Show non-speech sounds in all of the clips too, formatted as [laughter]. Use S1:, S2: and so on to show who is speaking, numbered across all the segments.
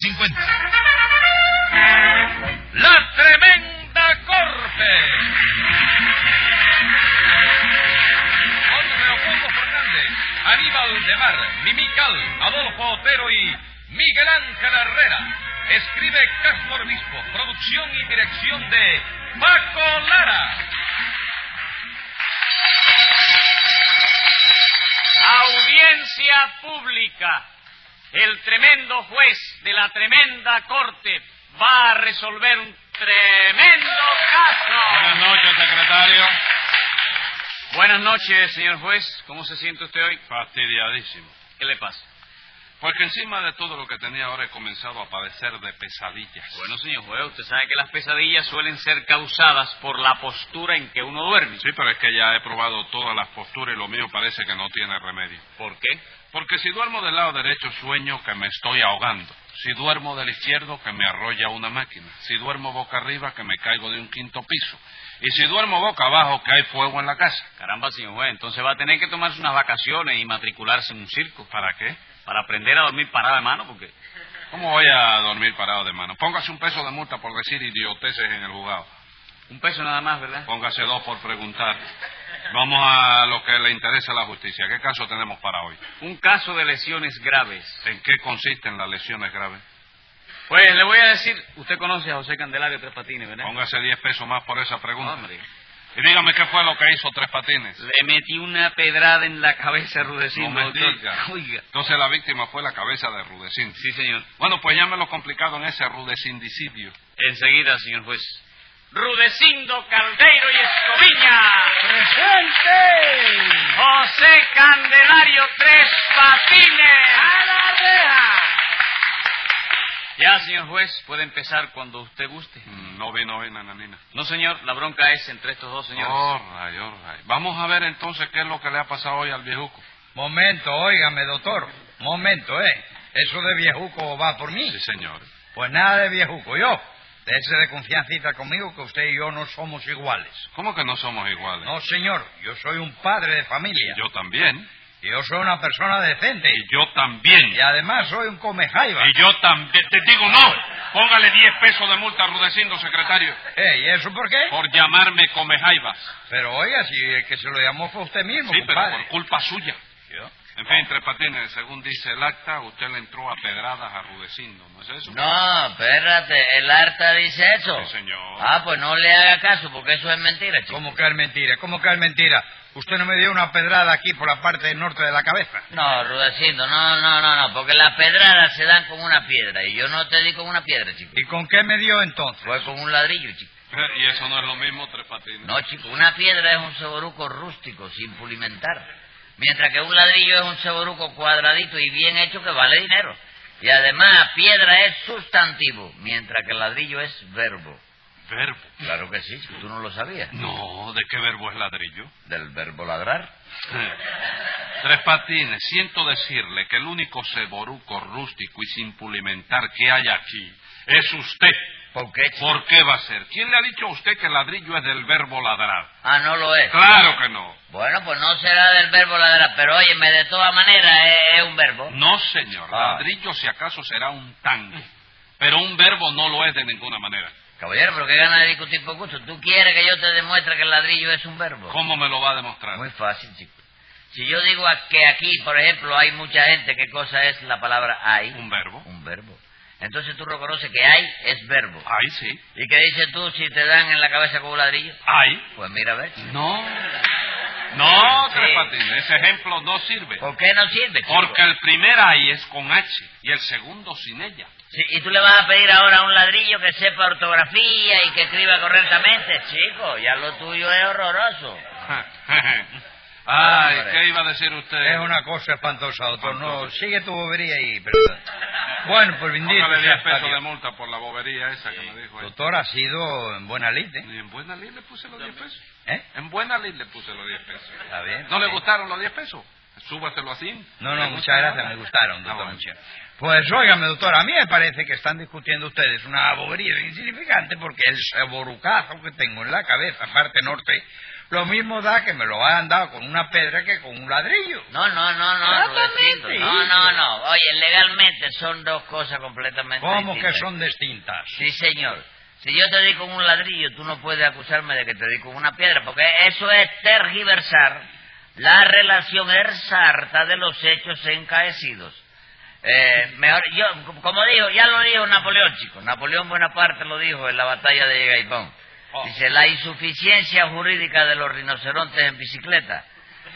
S1: 50. La Tremenda Corte. Con Leopoldo Fernández, Aníbal de Mar, Mimical, Adolfo Otero y Miguel Ángel Herrera. Escribe Castro Obispo, producción y dirección de Paco Lara.
S2: Audiencia pública. El tremendo juez de la tremenda corte va a resolver un tremendo caso.
S3: noches, secretario.
S2: Buenas noches, señor juez. ¿Cómo se siente usted hoy?
S3: Fastidiadísimo.
S2: ¿Qué le pasa?
S3: Pues que encima de todo lo que tenía ahora he comenzado a padecer de pesadillas.
S2: Bueno, señor juez, usted sabe que las pesadillas suelen ser causadas por la postura en que uno duerme.
S3: Sí, pero es que ya he probado todas las posturas y lo mío parece que no tiene remedio.
S2: ¿Por qué?
S3: Porque si duermo del lado derecho sueño que me estoy ahogando. Si duermo del izquierdo que me arrolla una máquina. Si duermo boca arriba que me caigo de un quinto piso. Y si duermo boca abajo que hay fuego en la casa.
S2: Caramba, señor juez, entonces va a tener que tomarse unas vacaciones y matricularse en un circo
S3: ¿Para qué?
S2: para aprender a dormir parada de mano, porque
S3: ¿Cómo voy a dormir parado de mano? Póngase un peso de multa por decir idioteces en el juzgado.
S2: un peso nada más, ¿verdad?
S3: Póngase dos por preguntar. Vamos a lo que le interesa a la justicia. ¿Qué caso tenemos para hoy?
S2: Un caso de lesiones graves.
S3: ¿En qué consisten las lesiones graves?
S2: Pues le voy a decir, usted conoce a José Candelario Tres Patines, ¿verdad?
S3: Póngase 10 pesos más por esa pregunta.
S2: Hombre,
S3: Y dígame qué fue lo que hizo Tres Patines.
S2: le metí una pedrada en la cabeza a Rudecindo,
S3: No me
S2: doctor.
S3: diga.
S2: Oiga.
S3: Entonces la víctima fue la cabeza de Rudecindo.
S2: Sí, señor.
S3: Bueno, pues llámelo complicado en ese Rudecindicidio.
S2: Enseguida, señor juez. Rudecindo Caldeiro y Escoviña. ¡Presente! José Candelario Tres Patines. ¡A la Ya, señor juez, puede empezar cuando usted guste.
S3: Mm, No vino hoy, nananina.
S2: No, señor, la bronca es entre estos dos señores.
S3: Oh, ray, oh, ray. Vamos a ver entonces qué es lo que le ha pasado hoy al viejuco.
S4: Momento, óigame, doctor. Momento, ¿eh? Eso de viejuco va por mí.
S3: Sí, señor.
S4: Pues nada de viejuco, yo. Déjese de confiancita conmigo que usted y yo no somos iguales.
S3: ¿Cómo que no somos iguales?
S4: No, señor. Yo soy un padre de familia.
S3: Yo también.
S4: Y yo soy una persona decente.
S3: Y yo también.
S4: Y además soy un comejaiba.
S3: Y yo también. Te digo no. Póngale 10 pesos de multa rudeciendo, secretario.
S4: Eh, ¿Y eso por qué?
S3: Por llamarme Comejaivas.
S4: Pero oiga, si el que se lo llamó fue usted mismo,
S3: Sí, pero por
S4: compadre.
S3: culpa suya.
S4: ¿Yo?
S3: En fin, Tres Patines, según dice el acta, usted le entró a pedradas a Rudecindo, ¿no es eso?
S5: No, espérate, el harta dice eso.
S3: Sí, señor.
S5: Ah, pues no le haga caso, porque eso es mentira, chico.
S4: ¿Cómo que es mentira? ¿Cómo que es mentira? Usted no me dio una pedrada aquí por la parte norte de la cabeza.
S5: No, Rudecindo, no, no, no, no, porque las pedradas se dan con una piedra, y yo no te di con una piedra, chico.
S4: ¿Y con qué me dio entonces?
S5: Fue con un ladrillo, chico.
S3: Eh, [laughs] Y eso no es lo mismo, Tres Patines.
S5: No, chico, una piedra es un seboruco rústico, sin pulimentar. Mientras que un ladrillo es un seboruco cuadradito y bien hecho que vale dinero. Y además, piedra es sustantivo, mientras que ladrillo es verbo.
S3: Verbo.
S5: Claro que sí, chico, tú no lo sabías.
S3: No, ¿de qué verbo es ladrillo?
S5: Del verbo ladrar.
S3: Tres Patines, siento decirle que el único ceboruco rústico y sin pulimentar que hay aquí es usted.
S5: ¿Por qué, chico?
S3: ¿Por qué va a ser? ¿Quién le ha dicho a usted que ladrillo es del verbo ladrar?
S5: Ah, no lo es.
S3: Claro que no.
S5: Bueno, pues no será del verbo ladrar, pero óyeme, de todas maneras es, es un verbo.
S3: No, señor.
S5: Ah.
S3: Ladrillo, si acaso, será un tango. Pero un verbo no lo es de ninguna manera.
S5: Caballero, pero qué ganas de discutir por gusto. ¿Tú quieres que yo te demuestre que el ladrillo es un verbo?
S3: ¿Cómo me lo va a demostrar?
S5: Muy fácil, chico. Si yo digo a- que aquí, por ejemplo, hay mucha gente, ¿qué cosa es la palabra hay?
S3: ¿Un verbo?
S5: Un verbo. Entonces tú reconoces que hay es verbo.
S3: Ay, sí.
S5: ¿Y qué dices tú si te dan en la cabeza con un ladrillo?
S3: Ay.
S5: Pues mira, a ver, chico.
S3: No. No,
S5: Sí.
S3: Tres Patines, ese ejemplo no sirve.
S5: ¿Por qué no sirve, chico?
S3: Porque el primer ay es con H y el segundo sin
S4: [laughs]
S3: ella.
S5: Sí, ¿Y tú le vas a pedir ahora a un ladrillo que sepa ortografía y que escriba correctamente? Chico, ya lo tuyo es horroroso.
S3: Ay,
S5: Hombre.
S3: ¿qué iba a decir usted?
S4: Es una cosa espantosa, doctor. No,
S3: Espantosa.
S4: sigue tu bobería ahí, ¿verdad? Bueno, pues bendito.
S3: Póngale
S4: sea
S3: 10 pesos pues.
S4: Dios.
S3: de multa por la bobería esa que me dijo. él.
S4: Doctor, ha sido en buena lid, ¿eh?
S3: Y en buena ley le puse los 10 pesos.
S4: ¿Eh?
S3: En buena ley le puse los 10 pesos.
S4: Está bien.
S3: ¿No le
S4: Sí.
S3: gustaron los 10 pesos? Súbatelo así.
S4: No, no,
S3: ¿Le
S4: muchas
S3: gustaron?
S4: gracias, me gustaron,
S3: Ah,
S4: doctor.
S3: bueno.
S4: muchas. Pues óigame, doctor, a mí me parece que están discutiendo ustedes una bobería insignificante porque el saborucazo que tengo en la cabeza, parte norte, Lo mismo da que me lo hayan dado con una pedra que con un ladrillo.
S5: No, no, no, no,
S4: Exactamente.
S5: Rudecindo, No, no, no. Oye, legalmente son dos cosas completamente
S4: ¿Cómo que
S5: distintas.
S4: son distintas?
S5: Sí, señor. Si yo te di con un ladrillo, tú no puedes acusarme de que te di con una piedra, porque eso es tergiversar la relación exarta de los hechos encaecidos. Eh, mejor, yo, como dijo, ya lo dijo Napoleón, chicos. Napoleón Bonaparte lo dijo en la batalla de Gaipón.
S4: Oh.
S5: Dice, la insuficiencia jurídica de los rinocerontes en bicicleta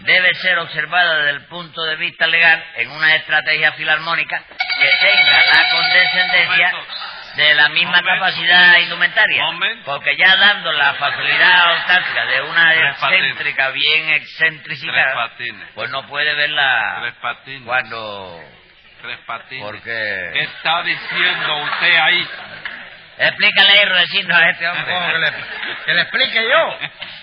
S5: debe ser observada desde el punto de vista legal en una estrategia filarmónica que tenga la condescendencia
S3: Momento.
S5: de la misma
S3: Momento.
S5: capacidad indumentaria.
S3: Momento.
S5: Porque ya dando la facilidad autártica de una
S3: Tres patines.
S5: excéntrica bien
S3: Tres
S5: excentricidad,
S3: patines.
S5: pues no puede verla
S3: Tres patines.
S5: cuando...
S3: Tres patines.
S5: Porque...
S3: ¿Qué está diciendo usted ahí?
S5: Explícale ahí, Rudecindo, a este hombre.
S4: ¿Cómo que, le, que le explique yo.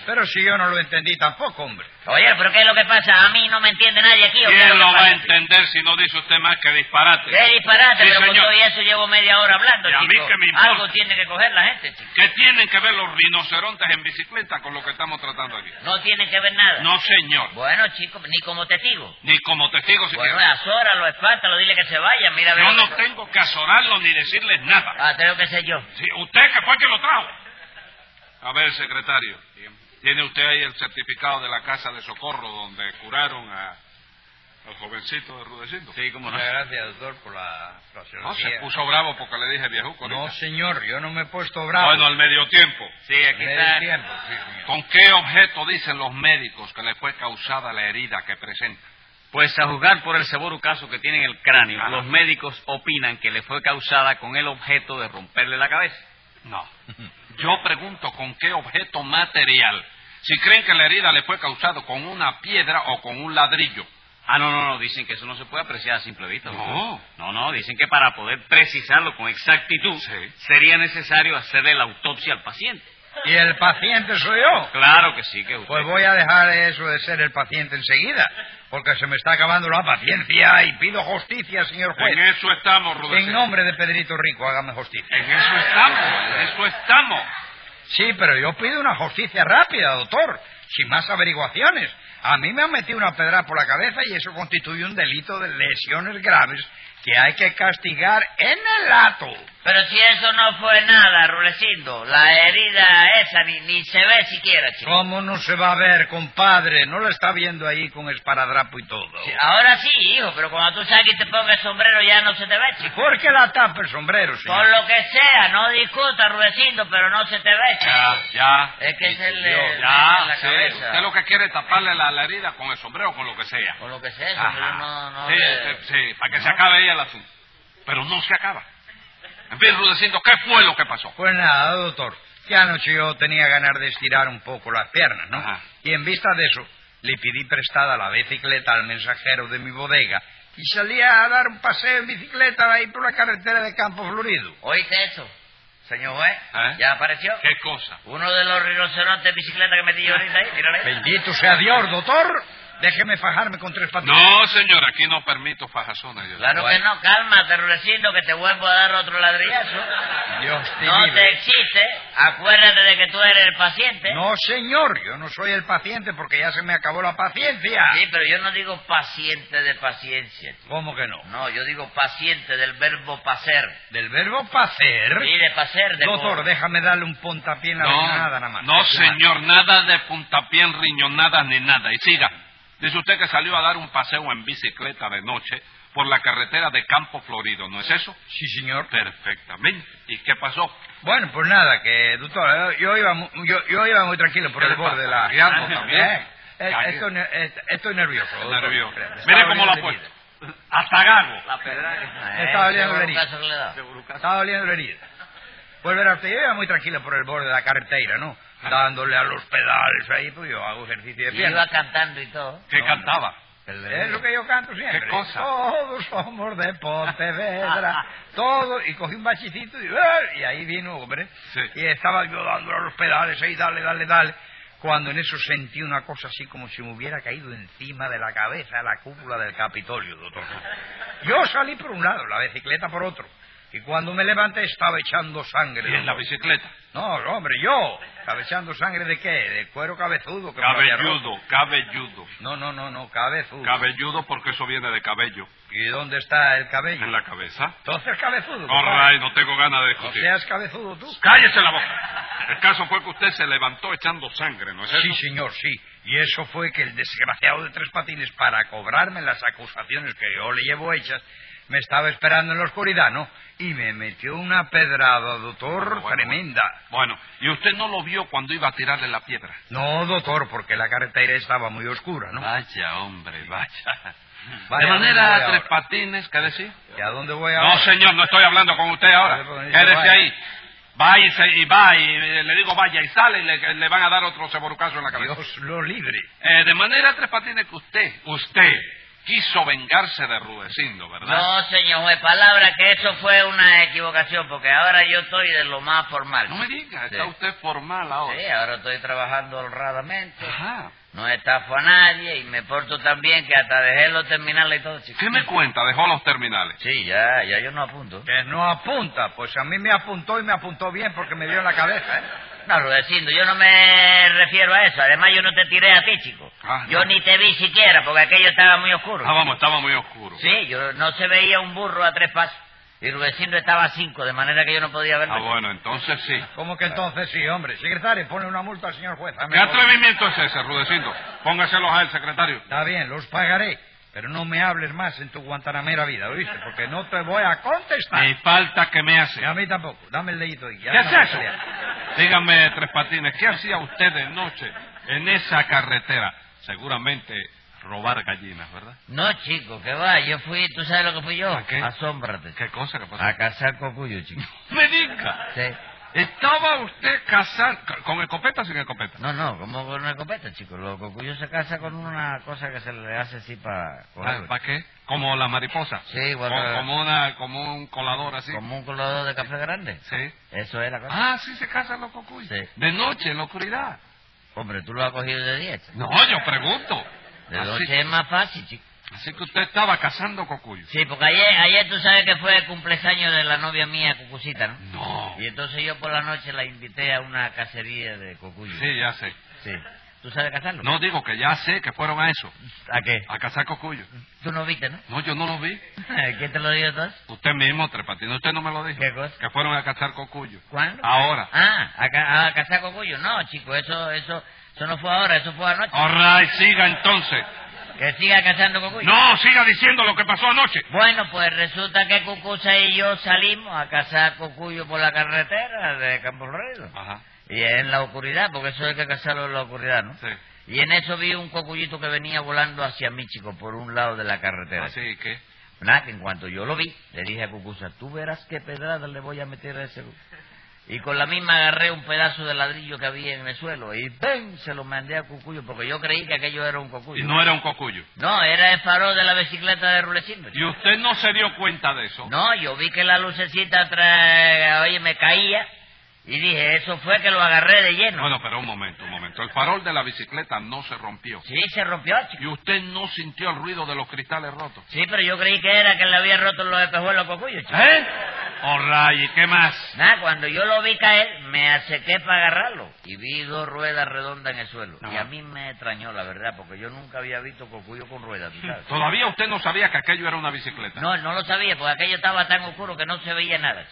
S4: Pero si yo no lo entendí tampoco, hombre.
S5: Oye, pero ¿qué es lo que pasa? A mí no me entiende nadie aquí. ¿o qué es
S3: ¿Quién
S5: que
S3: lo va a
S5: pasa?
S3: entender si no dice usted más que disparate?
S5: Qué disparate,
S3: Sí,
S5: pero con
S3: señor.
S5: todo y eso llevo media hora hablando,
S3: Y a mí
S5: chico.
S3: que me importa.
S5: Algo tiene que coger la gente, chico.
S3: ¿Qué tienen que ver los rinocerontes en bicicleta con lo que estamos tratando aquí?
S5: No tiene que ver nada.
S3: No, señor.
S5: Bueno, chico, ni como testigo.
S3: Ni como testigo
S5: Bueno,
S3: siquiera.
S5: azóralo, espátalo, dile que se vaya, mira... a ver
S3: Yo
S5: lo
S3: no
S5: que-
S3: tengo que azorarlo ni decirles nada.
S5: Ah, tengo que ser yo.
S3: Sí, usted que fue que lo trajo. A ver, secretario. ¿Tiene usted ahí el certificado de la casa de socorro donde curaron a, al jovencito de Rudecindo?
S2: Sí, cómo no.
S4: Muchas gracias, doctor, por la
S3: No, se
S4: fraseología.
S3: puso bravo porque le dije viejuco.
S4: No,
S3: ahorita.
S4: señor, yo no me he puesto bravo.
S3: Bueno, al medio tiempo.
S2: Sí, aquí
S4: Me
S2: está.
S4: di tiempo, sí, señor.
S3: ¿Con qué objeto dicen los médicos que le fue causada la herida que presenta?
S2: Pues a juzgar por el caso que tiene en el cráneo,
S3: Ajá.
S2: los médicos opinan que le fue causada con el objeto de romperle la cabeza. [laughs]
S3: No. Yo pregunto con qué objeto material. Si creen que la herida le fue causada con una piedra o con un ladrillo.
S2: Ah, no, no, no, dicen que eso no se puede apreciar a simple vista. doctor.
S3: No.
S2: No, no, dicen que para poder precisarlo con exactitud
S3: Sí.
S2: sería necesario hacerle la autopsia al paciente.
S4: Y el paciente soy yo.
S2: Claro que sí, que usted...
S4: Pues voy a dejar eso de ser el paciente enseguida, porque se me está acabando la paciencia y pido justicia, señor
S3: En
S4: juez.
S3: eso estamos,
S4: En
S3: Rudecindo.
S4: nombre de Pedrito Rico, hágame justicia.
S3: En eso estamos, en eso estamos.
S4: Sí, pero yo pido una justicia rápida, doctor, sin más averiguaciones. A mí me han metido una pedra por la cabeza y eso constituye un delito de lesiones graves que hay que castigar en el acto.
S5: Pero si eso no fue nada, Rulecindo, la herida esa ni, ni se ve siquiera, chico.
S4: ¿Cómo no se va a ver, compadre? No la está viendo ahí con esparadrapo y todo.
S5: Sí, Ahora sí, hijo, pero cuando tú salgas y te pongas el sombrero ya no se te ve, chico.
S4: ¿Por qué la tapa el sombrero, señor?
S5: Con lo que sea, no discuta, Rudecindo, pero no se te ve, chico.
S3: Ya, ya.
S5: Es que es el... eh,
S3: Ya,
S5: la
S3: sí.
S5: cabeza.
S3: Usted lo que quiere es taparle la, la herida con el sombrero o con lo que sea.
S5: Con lo que sea, eso,
S3: Ajá.
S5: pero no... no
S3: sí,
S5: le-
S3: sí, sí, para que se acabe ahí el asunto. Pero no se acaba. En fin, Rudecindo, ¿qué fue lo que pasó?
S4: Pues nada, doctor. Que anoche yo tenía ganas de estirar un poco las piernas, ¿no?
S3: Ajá.
S4: Y en vista de eso, le pedí prestada la bicicleta al mensajero de mi bodega y salía a dar un paseo en bicicleta ahí por la carretera de Campo Florido.
S5: ¿Oíste eso, señor juez?
S3: ¿Eh?
S5: ¿Ya apareció?
S3: ¿Qué cosa?
S5: Uno de los rinocerontes de bicicleta que metí yo ahorita ahí, mírale.
S4: Bendito sea Dios, doctor. Déjeme fajarme con tres patines.
S3: No, señor, aquí no permito fajazones. yo.
S5: Claro que no, cálmate, Rudecindo, que te vuelvo a dar otro ladrillazo.
S4: Dios te
S5: No te
S4: libre.
S5: existe, acuérdate de que tú eres el paciente.
S4: No, señor, yo no soy el paciente porque ya se me acabó la paciencia.
S5: Sí, pero yo no digo paciente de paciencia.
S4: ¿Cómo que no?
S5: No, yo digo paciente del verbo paser.
S4: Del verbo pacer.
S5: Sí, de paser, de...
S4: Doctor, déjame darle un pontapié en la riñonada nada más.
S3: no, señor, nada de puntapié en riñonadas ni nada. Y siga. Dice usted que salió a dar un paseo en bicicleta de noche por la carretera de Campo Florido, ¿no es eso?
S4: Sí, señor.
S3: Perfectamente. ¿Y qué pasó?
S4: Bueno, pues nada, que, doctor, eh, yo iba, mu- yo, yo iba muy tranquilo por
S3: ¿Qué le
S4: el
S3: pasa?
S4: borde de la...
S3: ¿Riando también?
S4: Eh, eh,
S3: Calle.
S4: Estoy, ne- eh, estoy nervioso. doctor.
S3: Nervioso.
S4: Me estaba
S3: Mire cómo
S4: oliendo
S3: lo ha
S4: la
S3: puesto.
S4: herida.
S3: Hasta gago.
S2: La pedra
S5: Eh,
S4: estaba oliendo
S5: seguro
S4: la herida.
S5: caso que le da.
S4: Me Estaba doliendo la herida. Pues verá usted, yo iba muy tranquilo por el borde de la carretera, ¿no? Dándole a los pedales ahí, pues yo hago ejercicio de
S5: Y iba
S4: pierna.
S5: cantando y todo.
S3: ¿Qué
S4: No,
S3: cantaba?
S4: Es lo que yo canto siempre.
S3: ¿Qué cosa?
S4: Todos somos de Pontevedra. todos. Y cogí un bachicito y, ¡ah! y ahí vino, hombre.
S3: Sí.
S4: Y estaba yo dándole a los pedales ahí, dale, dale, dale. Cuando en eso sentí una cosa así como si me hubiera caído encima de la cabeza la cúpula del Capitolio, doctor. Yo salí por un lado, la bicicleta por otro. Y cuando me levanté estaba echando sangre.
S3: Y en la bicicleta.
S4: No, hombre, yo. ¿Estaba echando sangre de qué? De cuero cabezudo. que me había roto.
S3: Cabelludo, cabelludo.
S4: No, no, no, no, cabezudo.
S3: Cabelludo porque eso viene de cabello.
S4: ¿Y dónde está el cabello?
S3: En la cabeza.
S4: Entonces cabezudo. compadre.
S3: Corray, no tengo ganas de
S4: No
S3: discutir.
S4: seas cabezudo tú.
S3: Cállese la boca. El caso fue que usted se levantó echando sangre, ¿no es Pues eso?
S4: Sí, señor, sí. Y eso fue que el desgraciado de Tres Patines, para cobrarme las acusaciones que yo le llevo hechas, me estaba esperando en la oscuridad, ¿no? Y me metió una pedrada,
S3: Ah,
S4: doctor,
S3: Bueno, bueno,
S4: tremenda.
S3: Bueno, y usted no lo vio cuando iba a tirarle la piedra.
S4: No, doctor, porque la carretera estaba muy oscura, ¿no?
S3: Vaya, hombre, vaya.
S4: Vaya,
S3: Ah, de
S4: ¿dónde voy
S3: manera,
S4: ahora?
S3: tres patines, ¿qué decir?
S4: ¿Y a dónde voy ahora?
S3: No, señor, no estoy hablando con usted ahora.
S4: Vale, pues, dice,
S3: Quédese
S4: vaya.
S3: ahí. Va y, se- y va, y eh, le digo vaya y sale y le, le van a dar otro ceborucazo en la cabeza.
S4: Dios lo libre.
S3: Eh, de manera, Tres Patines, que usted, usted quiso vengarse de Rudecindo,
S4: Ah.
S3: ¿verdad?
S5: No, señor juez, palabra que eso fue una equivocación, porque ahora yo estoy de lo más formal.
S3: me diga, está
S5: Sí.
S3: usted formal ahora.
S5: Sí, ahora estoy trabajando honradamente,
S3: Ajá.
S5: no estafo a nadie y me porto tan bien que hasta dejé los terminales y todo. chico.
S3: ¿Qué me cuenta? Dejó los terminales.
S5: Sí, ya, ya yo no apunto.
S4: Que no apunta. Pues a mí me apuntó y me apuntó bien porque me dio en la cabeza, ¿eh?
S5: No, Rudecindo, yo no me refiero a eso. Además, yo no te tiré a ti, chico.
S3: Ah,
S5: yo
S3: no.
S5: ni te vi siquiera, porque aquello estaba muy oscuro.
S3: Ah, vamos, estaba muy oscuro.
S5: Sí, yo no se veía un burro a tres pasos. Y Rudecindo estaba a cinco, de manera que yo no podía verlo.
S3: Ah, bueno, entonces sí.
S4: ¿Cómo que entonces sí, hombre? Secretario, pone una multa al señor juez. Dame
S3: ¿Qué
S4: por-
S3: atrevimiento es ese, Rudecindo? Póngaselos al secretario.
S4: Está bien, los pagaré. Pero no me hables más en tu guantanamera vida, ¿oíste? Porque no te voy a contestar.
S3: Ni falta que me hace.
S4: Y a mí tampoco. Dame el dedito ahí. ya
S3: ¿Qué es
S4: estamos
S3: eso?
S4: peleando.
S3: Dígame, Tres Patines, ¿qué hacía usted de noche en esa carretera? Seguramente robar gallinas, ¿verdad?
S5: No, chico, que va. Yo fui, ¿tú sabes lo que fui yo?
S3: ¿A qué?
S5: Asómbrate.
S3: ¿Qué cosa que pasó?
S5: A cazar cocuyo,
S3: [laughs]
S5: chico.
S3: Ah. ¡Me diga!
S5: Sí.
S3: ¿Estaba usted casado con escopeta o sin escopeta?
S5: No, no, como con una escopeta, chico. Los cocuyos se caza con una cosa que se le hace así para
S3: Ah, ¿Para qué? Como la mariposa.
S5: Sí, igual
S3: Co-
S5: que-
S3: como, una, como un colador así.
S5: Como un colador de café grande.
S3: Sí.
S5: Eso es la cosa.
S3: Ah, sí se casan los cocuyos.
S5: Sí.
S3: De noche, en la oscuridad.
S5: Hombre, tú lo has cogido de 10.
S3: No, yo pregunto.
S5: De
S3: así,
S5: noche es más fácil, chico.
S3: así que usted estaba cazando cocuyos.
S5: Sí, porque ayer, ayer tú sabes que fue el cumpleaños de la novia mía, Cucucita, ¿no?
S3: No.
S5: Y entonces yo por la noche la invité a una cacería de cocuyo.
S3: Sí, ya sé.
S5: Sí. ¿Tú sabes cazarlo?
S3: No digo que ya sé que fueron a eso,
S5: ¿A qué?
S3: a cazar cocuyos.
S5: Tú no viste, ¿no? [laughs]
S3: No, yo no lo vi.
S5: ¿Quién te lo dijo entonces?
S3: Usted mismo, Trepatino, usted no me lo dijo.
S5: ¿Qué cosa?
S3: Que fueron a cazar cocuyos.
S5: ¿Cuándo?
S3: Ahora.
S5: Ah, a, ca- a cazar cocuyo. No, chico, eso, eso, eso no fue ahora, eso fue anoche.
S3: All right, siga entonces.
S5: Que siga cazando cocuyo.
S3: No, siga diciendo lo que pasó anoche.
S5: Bueno, pues resulta que Cucusa y yo salimos a cazar cocuyo por la carretera de Campo Florido.
S3: Ajá,
S5: Y en la oscuridad, porque eso hay que cazarlo en la oscuridad, ¿no?
S3: sí.
S5: Y en eso vi un cocuyito que venía volando hacia mí, chico, por un lado de la carretera.
S3: Así que...
S5: Nada, que en cuanto yo lo vi, le dije a Cucusa, tú verás qué pedrada le voy a meter a ese... Y con la misma agarré un pedazo de ladrillo que había en el suelo y ¡pum! se lo mandé a Cucuyo, porque yo creí que aquello era un
S3: Y
S5: cocuyo.
S3: no era un cocuyo.
S5: No, era el farol de la bicicleta de Rulecindo.
S3: ¿Y usted no se dio cuenta de eso?
S5: No, yo vi que la lucecita atrás, oye, me caía y dije, eso fue que lo agarré de lleno.
S3: Bueno, pero un momento, un momento. El farol de la bicicleta no se rompió.
S5: Sí, se rompió, chico.
S3: ¿Y usted no sintió el ruido de los cristales rotos?
S5: Sí, pero yo creí que era que le había roto los espejuelos a Cocuyo, chico.
S3: ¿Eh? All right, ¿y qué más?
S5: Nada, Ah, cuando yo lo vi caer, me acerqué para agarrarlo y vi dos ruedas redondas en el suelo.
S3: Ajá.
S5: Y a mí me extrañó, la verdad, porque yo nunca había visto cocuyo con ruedas, ¿tú sabes?
S3: Todavía usted no sabía que aquello era una bicicleta.
S5: No, no lo sabía, porque aquello estaba tan oscuro que no se veía nada.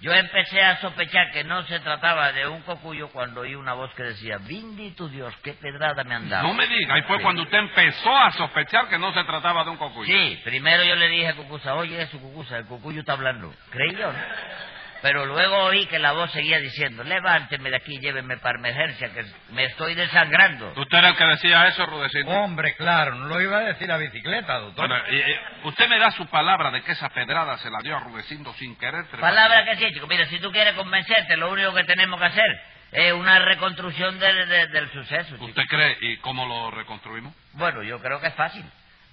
S5: Yo empecé a sospechar que no se trataba de un cocuyo cuando oí una voz que decía, Bindi tu Dios, qué pedrada me han dado.
S3: No me diga, y fue
S5: Sí.
S3: cuando usted empezó a sospechar que no se trataba de un cocuyo.
S5: Sí, primero yo le dije a Cucusa, oye eso, Cucusa, el Cucuyo está hablando. Creí yo, ¿no? Pero luego oí que la voz seguía diciendo, levánteme de aquí, lléveme para emergencia, que me estoy desangrando.
S3: ¿Usted era el que decía eso, Rudecindo?
S5: Oh.
S4: Hombre, claro, no lo iba a decir la bicicleta, doctor. [laughs]
S3: Bueno, eh, eh, usted me da su palabra de que esa pedrada se la dio a Rudecindo sin querer. Tres
S5: Palabra que sí, chico. Mira, si tú quieres convencerte, lo único que tenemos que hacer es una reconstrucción de- de- del suceso,
S3: Patines.
S5: chico.
S3: ¿Usted cree y cómo lo reconstruimos?
S5: Bueno, yo creo que es fácil.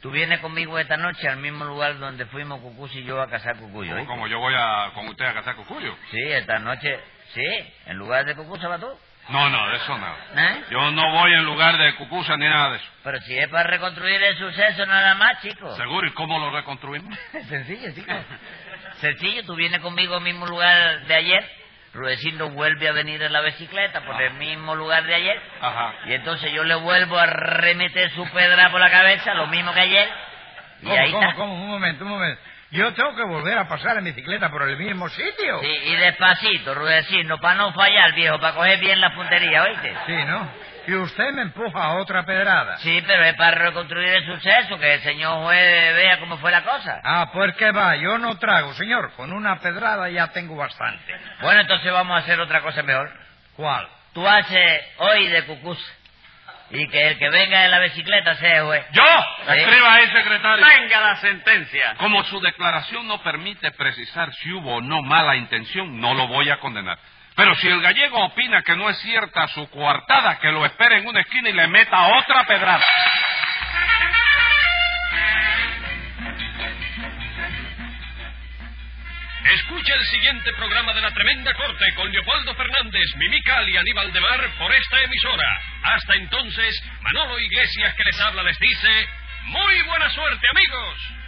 S5: Tú vienes conmigo esta noche al mismo lugar donde fuimos Cucusa y yo a cazar Cucuyo. ¿oíste?
S3: Como yo voy a, con usted a cazar cocuyo.
S5: Sí, esta noche, sí, en lugar de Cucusa va tú.
S3: No, no, de eso nada.
S5: ¿Eh?
S3: Yo no voy en lugar de cucusa ni nada de eso.
S5: Pero si es para reconstruir el suceso nada más, chico. eh,
S3: Seguro, ¿y cómo lo reconstruimos?
S5: Sencillo, chico. Sencillo, tú vienes conmigo al mismo lugar de ayer. Rudecindo vuelve a venir en la bicicleta por
S3: Ah.
S5: el mismo lugar de ayer.
S3: Ajá.
S5: Y entonces yo le vuelvo a remeter su pedra por la cabeza, lo mismo que ayer. Y
S4: ¿Cómo,
S5: ahí
S4: cómo,
S5: está.
S4: cómo? Un momento, un momento. Yo tengo que volver a pasar en bicicleta por el mismo sitio.
S5: Sí, y despacito, Rudecindo, para no fallar, viejo, para coger bien la puntería, ¿oíste?
S4: Sí, ¿no? Y usted me empuja a otra pedrada.
S5: Sí, pero es para reconstruir el suceso, que el señor juez vea cómo fue la cosa.
S4: Ah, pues que va, yo no trago, señor. Con una pedrada ya tengo bastante.
S5: Bueno, entonces vamos a hacer otra cosa mejor.
S4: ¿Cuál?
S5: Tú haces hoy de cucús. Y que el que venga en la bicicleta sea el juez.
S3: ¡Yo! Escriba ahí, secretario.
S2: Venga la sentencia.
S3: Como su declaración no permite precisar si hubo o no mala intención, no lo voy a condenar. Pero si el gallego opina que no es cierta su coartada, que lo espere en una esquina y le meta otra pedrada.
S1: Escucha el siguiente programa de La Tremenda Corte con Leopoldo Fernández, Mimical y Aníbal de Mar por esta emisora. Hasta entonces, Manolo Iglesias que les habla les dice, ¡Muy buena suerte amigos!